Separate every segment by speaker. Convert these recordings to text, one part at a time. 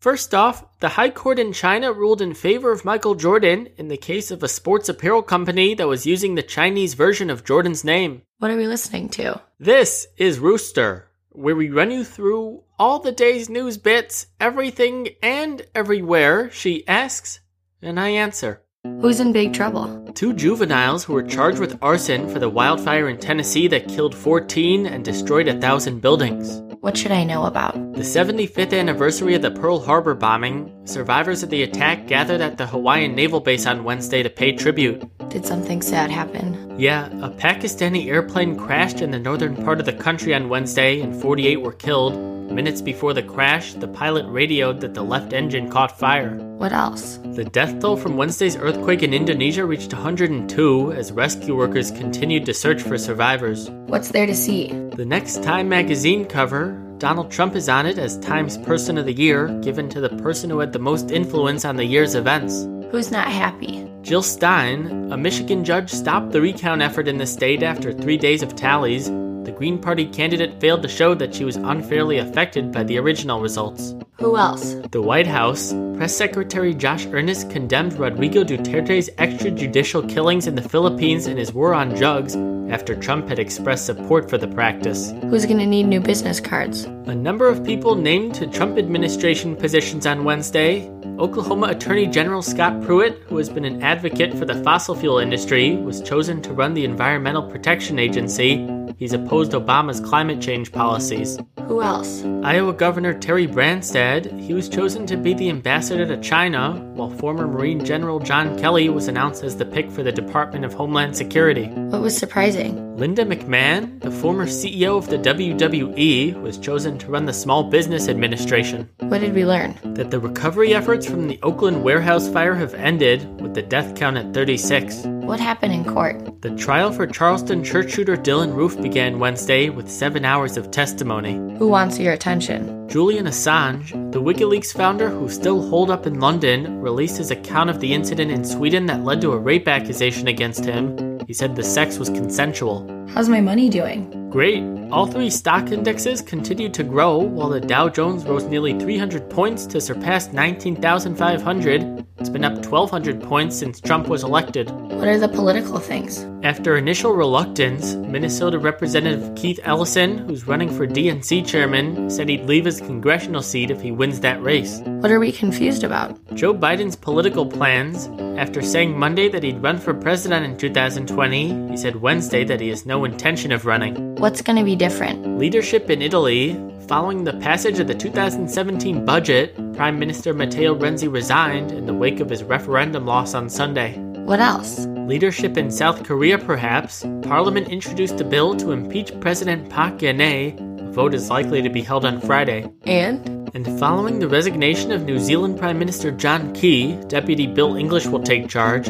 Speaker 1: First off, the High Court in China ruled in favor of Michael Jordan in the case of a sports apparel company that was using the Chinese version of Jordan's name.
Speaker 2: What are we listening to?
Speaker 1: This is Rooster, where we run you through all the day's news bits, everything and everywhere she asks, and I answer.
Speaker 2: Who's in big trouble?
Speaker 1: Two juveniles who were charged with arson for the wildfire in Tennessee that killed 14 and destroyed a thousand buildings.
Speaker 2: What should I know about?
Speaker 1: The 75th anniversary of the Pearl Harbor bombing, survivors of the attack gathered at the Hawaiian Naval Base on Wednesday to pay tribute.
Speaker 2: Did something sad happen?
Speaker 1: Yeah, a Pakistani airplane crashed in the northern part of the country on Wednesday and 48 were killed. Minutes before the crash, the pilot radioed that the left engine caught fire.
Speaker 2: What else?
Speaker 1: The death toll from Wednesday's earthquake in Indonesia reached 102 as rescue workers continued to search for survivors.
Speaker 2: What's there to see?
Speaker 1: The next Time magazine cover, Donald Trump is on it as Time's Person of the Year, given to the person who had the most influence on the year's events.
Speaker 2: Who's not happy?
Speaker 1: Jill Stein, a Michigan judge, stopped the recount effort in the state after three days of tallies. The Green Party candidate failed to show that she was unfairly affected by the original results.
Speaker 2: Who else?
Speaker 1: The White House, Press Secretary Josh Earnest condemned Rodrigo Duterte's extrajudicial killings in the Philippines and his war on drugs after Trump had expressed support for the practice.
Speaker 2: Who's going to need new business cards?
Speaker 1: A number of people named to Trump administration positions on Wednesday. Oklahoma Attorney General Scott Pruitt, who has been an advocate for the fossil fuel industry, was chosen to run the Environmental Protection Agency. He's opposed Obama's climate change policies.
Speaker 2: Who else?
Speaker 1: Iowa Governor Terry Branstad, he was chosen to be the ambassador to China, while former Marine General John Kelly was announced as the pick for the Department of Homeland Security.
Speaker 2: What was surprising?
Speaker 1: Linda McMahon, the former CEO of the WWE, was chosen to run the Small Business Administration.
Speaker 2: What did we learn?
Speaker 1: That the recovery efforts from the Oakland warehouse fire have ended, with the death count at 36.
Speaker 2: What happened in court?
Speaker 1: The trial for Charleston church shooter Dylan Roof began Wednesday with seven hours of testimony.
Speaker 2: Who wants your attention?
Speaker 1: Julian Assange, the WikiLeaks founder who still holed up in London, released his account of the incident in Sweden that led to a rape accusation against him. He said the sex was consensual.
Speaker 2: How's my money doing?
Speaker 1: Great. All three stock indexes continued to grow, while the Dow Jones rose nearly 300 points to surpass 19,500. It's been up 1,200 points since Trump was elected.
Speaker 2: What are the political things?
Speaker 1: After initial reluctance, Minnesota Representative Keith Ellison, who's running for DNC chairman, said he'd leave his congressional seat if he wins that race.
Speaker 2: What are we confused about?
Speaker 1: Joe Biden's political plans. After saying Monday that he'd run for president in 2020, he said Wednesday that he has no intention of running.
Speaker 2: What's going to be different?
Speaker 1: Leadership in Italy. Following the passage of the 2017 budget, Prime Minister Matteo Renzi resigned in the wake of his referendum loss on Sunday.
Speaker 2: What else?
Speaker 1: Leadership in South Korea, perhaps. Parliament introduced a bill to impeach President Park Geun-hye. A vote is likely to be held on Friday.
Speaker 2: And?
Speaker 1: And following the resignation of New Zealand Prime Minister John Key, Deputy Bill English will take charge.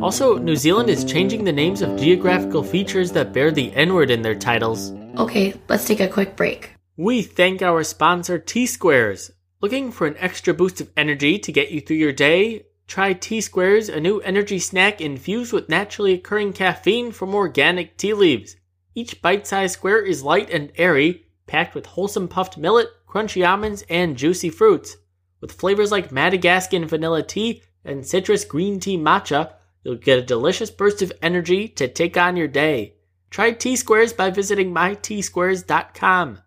Speaker 1: Also, New Zealand is changing the names of geographical features that bear the N word in their titles.
Speaker 2: Okay, let's take a quick break.
Speaker 1: We thank our sponsor T Squares. Looking for an extra boost of energy to get you through your day? Try T Squares, a new energy snack infused with naturally occurring caffeine from organic tea leaves. Each bite sized square is light and airy, packed with wholesome puffed millet, crunchy almonds, and juicy fruits. With flavors like Madagascan vanilla tea and citrus green tea matcha, you'll get a delicious burst of energy to take on your day. Try T Squares by visiting mytsquares.com.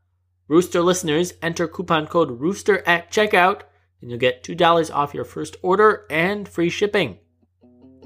Speaker 1: Rooster listeners, enter coupon code Rooster at checkout, and you'll get $2 off your first order and free shipping.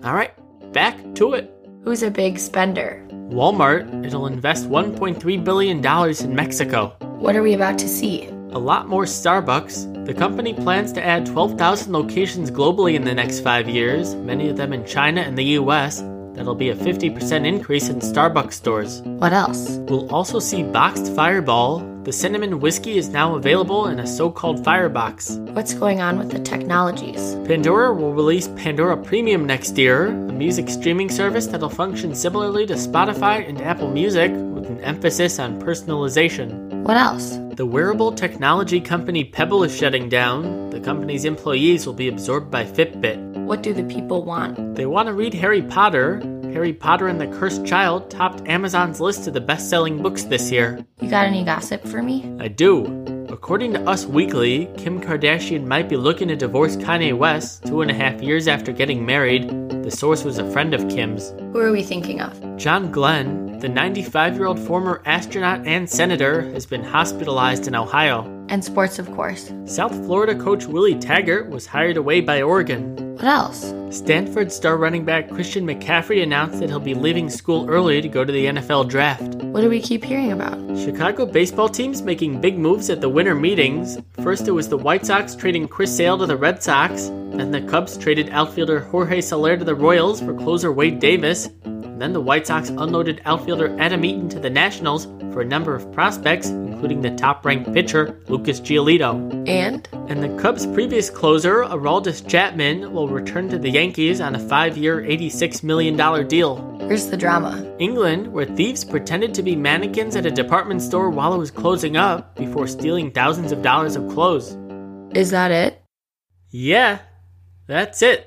Speaker 1: All right, back to it.
Speaker 2: Who's a big spender?
Speaker 1: Walmart, it'll invest $1.3 billion in Mexico.
Speaker 2: What are we about to see?
Speaker 1: A lot more Starbucks. The company plans to add 12,000 locations globally in the next five years, many of them in China and the US. That'll be a 50% increase in Starbucks stores.
Speaker 2: What else?
Speaker 1: We'll also see boxed Fireball. The cinnamon whiskey is now available in a so called firebox.
Speaker 2: What's going on with the technologies?
Speaker 1: Pandora will release Pandora Premium next year, a music streaming service that'll function similarly to Spotify and Apple Music, with an emphasis on personalization.
Speaker 2: What else?
Speaker 1: The wearable technology company Pebble is shutting down. The company's employees will be absorbed by Fitbit.
Speaker 2: What do the people want?
Speaker 1: They want to read Harry Potter. Harry Potter and the Cursed Child topped Amazon's list of the best selling books this year.
Speaker 2: You got any gossip for me?
Speaker 1: I do. A According to Us Weekly, Kim Kardashian might be looking to divorce Kanye West two and a half years after getting married. The source was a friend of Kim's.
Speaker 2: Who are we thinking of?
Speaker 1: John Glenn, the 95 year old former astronaut and senator, has been hospitalized in Ohio.
Speaker 2: And sports, of course.
Speaker 1: South Florida coach Willie Taggart was hired away by Oregon.
Speaker 2: What else?
Speaker 1: Stanford star running back Christian McCaffrey announced that he'll be leaving school early to go to the NFL draft.
Speaker 2: What do we keep hearing about?
Speaker 1: Chicago baseball teams making big moves at the winter meetings. First, it was the White Sox trading Chris Sale to the Red Sox. Then the Cubs traded outfielder Jorge Soler to the Royals for closer Wade Davis. And then the White Sox unloaded outfielder Adam Eaton to the Nationals for a number of prospects, including the top-ranked pitcher Lucas Giolito.
Speaker 2: And?
Speaker 1: And the Cubs' previous closer, Araldis Chapman, will return to the Yankees on a five-year, $86 million deal.
Speaker 2: Here's the drama.
Speaker 1: England, where thieves pretended to be mannequins at a department store while it was closing up before stealing thousands of dollars of clothes.
Speaker 2: Is that it?
Speaker 1: Yeah, that's it.